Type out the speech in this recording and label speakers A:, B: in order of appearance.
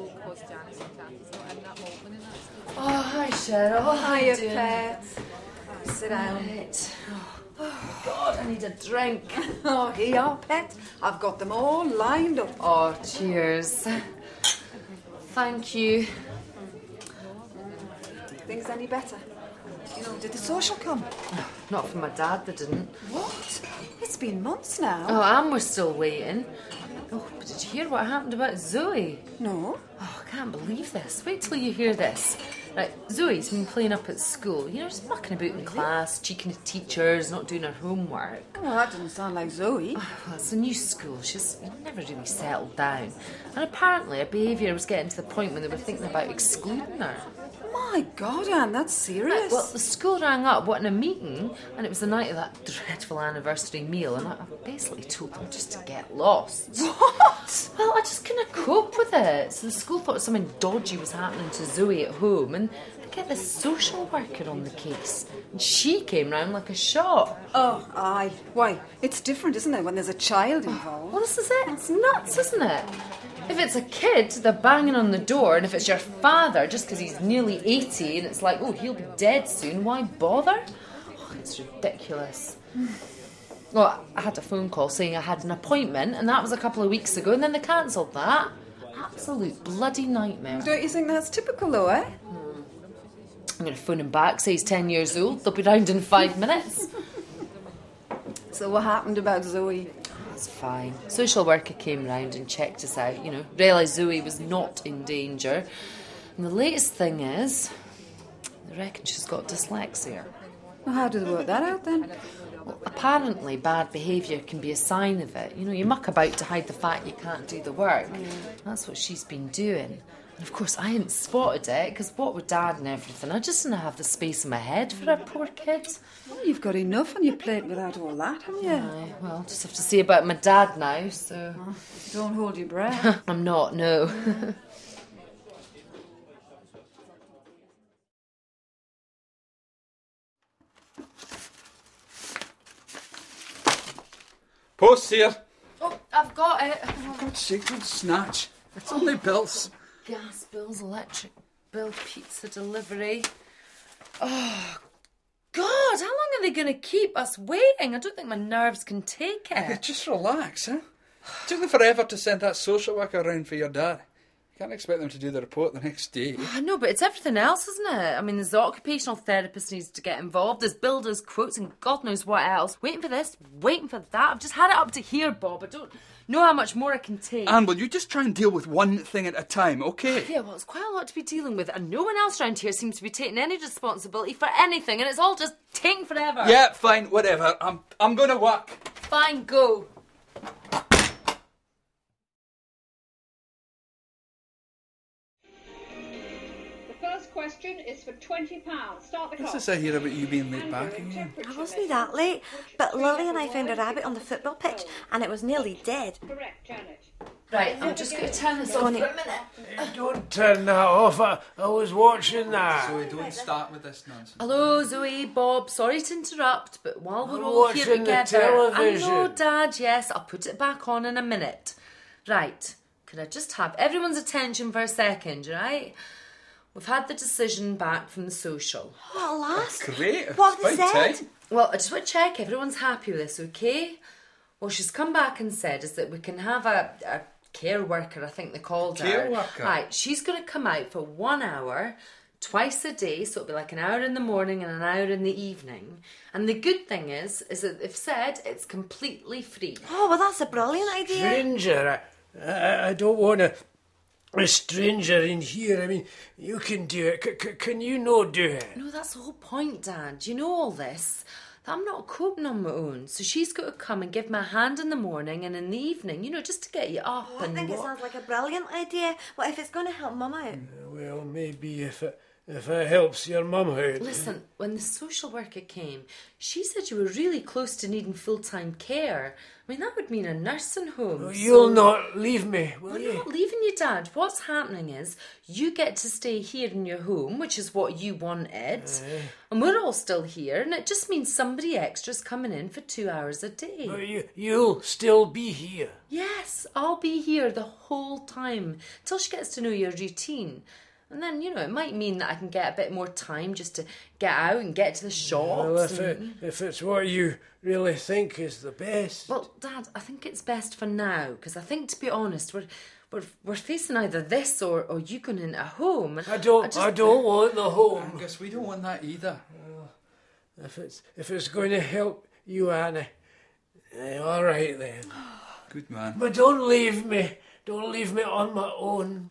A: honest with you, so I'm not opening up.
B: Oh, hi, Cheryl. Hi,
C: Hiya,
B: dear.
C: Pat. Sit down.
B: Right. Oh, God, I need a drink.
C: Oh, here you are, Pat. I've got them all lined up.
B: Oh, cheers. Thank you.
C: Things any better? You know, did the social come?
B: Not from my dad, they didn't.
C: What? It's been months now.
B: Oh, and we're still waiting. Oh, but did you hear what happened about Zoe?
C: No.
B: Oh, I can't believe this. Wait till you hear this. Right, Zoe's been playing up at school. You know, just mucking about in class, cheeking at teachers, not doing her homework.
C: Well, that doesn't sound like Zoe.
B: Well, it's a new school. She's never really settled down. And apparently her behaviour was getting to the point when they were thinking about excluding her.
C: My God, Anne, that's serious.
B: Well, the school rang up wanting a meeting, and it was the night of that dreadful anniversary meal, and I I basically told them just to get lost.
C: what?
B: Well, I just couldn't cope with it. So the school thought something dodgy was happening to Zoe at home, and they get this social worker on the case. And she came round like a shot.
C: Oh, aye. Why? It's different, isn't it, when there's a child involved?
B: Well, this is it. It's nuts, isn't it? If it's a kid, they're banging on the door, and if it's your father, just because he's nearly 80 and it's like, oh, he'll be dead soon, why bother? Oh, it's ridiculous. Well, I had a phone call saying I had an appointment, and that was a couple of weeks ago, and then they cancelled that. Absolute bloody nightmare.
C: Don't you think that's typical, though, eh?
B: I'm going to phone him back, say he's 10 years old, they'll be round in five minutes.
C: So what happened about Zoe?
B: It's fine. Social worker came round and checked us out, you know, realised Zoe was not in danger. And the latest thing is, they reckon she's got dyslexia.
C: Well, how do they work that out then?
B: Well, apparently, bad behaviour can be a sign of it. You know, you muck about to hide the fact you can't do the work. That's what she's been doing. And of course, I hadn't spotted it because what with dad and everything, I just didn't have the space in my head for a poor kid.
C: Well, you've got enough on your plate without all that, haven't you?
B: Aye, well, just have to see about my dad now, so.
C: Don't hold your breath.
B: I'm not, no.
D: Post here.
B: oh, I've got it.
D: God's sake, don't snatch. It's only bills.
B: Gas bills, electric bill, pizza delivery. Oh, God, how long are they going to keep us waiting? I don't think my nerves can take
D: Hey,
B: it.
D: just relax, huh? Took them forever to send that social worker around for your dad. You can't expect them to do the report the next day.
B: I know, but it's everything else, isn't it? I mean, there's the occupational therapist needs to get involved, there's builders, quotes, and God knows what else. Waiting for this, waiting for that. I've just had it up to here, Bob. I don't know how much more I can take.
D: Anne, will you just try and deal with one thing at a time, okay?
B: Yeah, well, it's quite a lot to be dealing with, and no one else around here seems to be taking any responsibility for anything, and it's all just taking forever.
D: Yeah, fine, whatever. I'm I'm gonna work.
B: Fine, go.
E: The first question is for twenty pounds. Start the
D: What's
E: clock.
D: this I hear about you being laid back again?
F: I wasn't that late, but Lily and I found a rabbit on the football pitch and it was nearly dead.
E: Correct, Janet.
B: Right, I'm just going to turn this off for a minute.
G: Don't turn that off. I, I was watching that.
D: Zoe, don't start with this nonsense.
B: Hello, Zoe, Bob. Sorry to interrupt, but while we're
G: I'm
B: all here
G: watching the
B: together, I know,
G: television.
B: Dad. Yes, I'll put it back on in a minute. Right, can I just have everyone's attention for a second? Right, we've had the decision back from the social.
F: What a last?
D: Great.
F: What have
D: it's
F: they
D: about
F: said?
D: time.
B: Well, I just want to check everyone's happy with this, okay? Well, she's come back and said is that we can have a, a care worker, I think they called her.
D: Care worker?
B: Right, she's going to come out for one hour twice a day, so it'll be like an hour in the morning and an hour in the evening. And the good thing is, is that they've said it's completely free.
F: Oh, well, that's a brilliant idea.
G: Stranger. I, I, I don't want a, a stranger in here. I mean, you can do it. C- c- can you not do it?
B: No, that's the whole point, Dad. You know all this. that I'm not coping on my own, so she's got to come and give me a hand in the morning and in the evening, you know, just to get you up
F: I
B: and
F: think it
B: wa-
F: sounds like a brilliant idea. What if it's going to help Mum out?
G: Well, maybe if it if it helps your mum out.
B: Listen, when the social worker came, she said you were really close to needing full time care. I mean, that would mean a nursing home.
G: Well, Oh, You'll
B: so-
G: not leave me, will
B: We're
G: you?
B: not leaving you, Dad. What's happening is you get to stay here in your home, which is what you wanted,
G: Eh.
B: and we're all still here, and it just means somebody extra's coming in for two hours a day.
G: But you, you'll still be here.
B: Yes, I'll be here the whole time till she gets to know your routine. And then, you know, it might mean that I can get a bit more time just to get out and get to the shops.
G: Well, if,
B: and-
G: it, if it's what you really think is the best.
B: Well, Dad, I think it's best for now because I think, to be honest, we're we're we're facing either this or or you going into a home. and
G: I don't, I,
B: just-
G: don't want the home.
D: Angus, we don't want that either.
G: If it's, if it's going to help you, Annie, eh, all right then.
D: Good man.
G: But don't leave me. Don't leave me on my own.